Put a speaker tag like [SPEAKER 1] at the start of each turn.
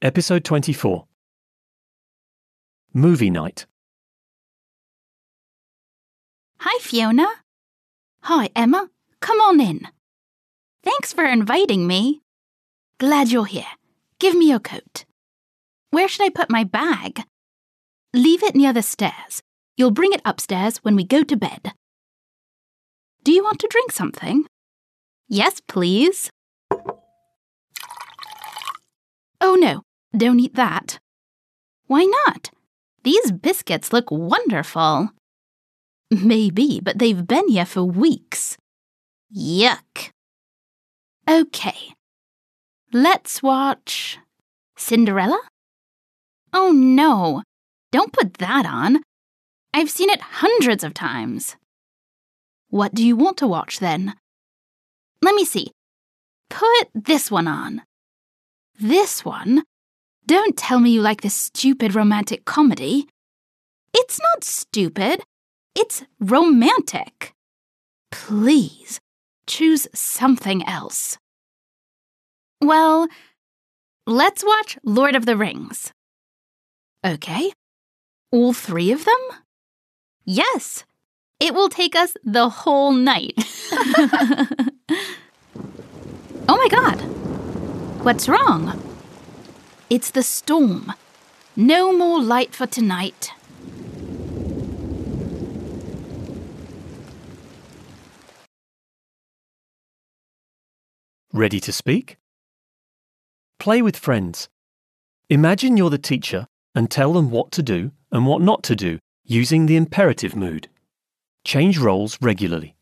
[SPEAKER 1] Episode 24 Movie Night.
[SPEAKER 2] Hi, Fiona. Hi, Emma. Come on in. Thanks for inviting me. Glad you're here. Give me your coat. Where should I put my bag? Leave it near the stairs. You'll bring it upstairs when we go to bed. Do you want to drink something? Yes, please. Oh no, don't eat that. Why not? These biscuits look wonderful. Maybe, but they've been here for weeks. Yuck. Okay. Let's watch. Cinderella? Oh no. Don't put that on. I've seen it hundreds of times. What do you want to watch then? Let me see. Put this one on. This one? Don't tell me you like this stupid romantic comedy. It's not stupid. It's romantic. Please, choose something else. Well, let's watch Lord of the Rings. Okay. All three of them? Yes. It will take us the whole night. oh my god. What's wrong? It's the storm. No more light for tonight.
[SPEAKER 1] Ready to speak? Play with friends. Imagine you're the teacher and tell them what to do and what not to do using the imperative mood. Change roles regularly.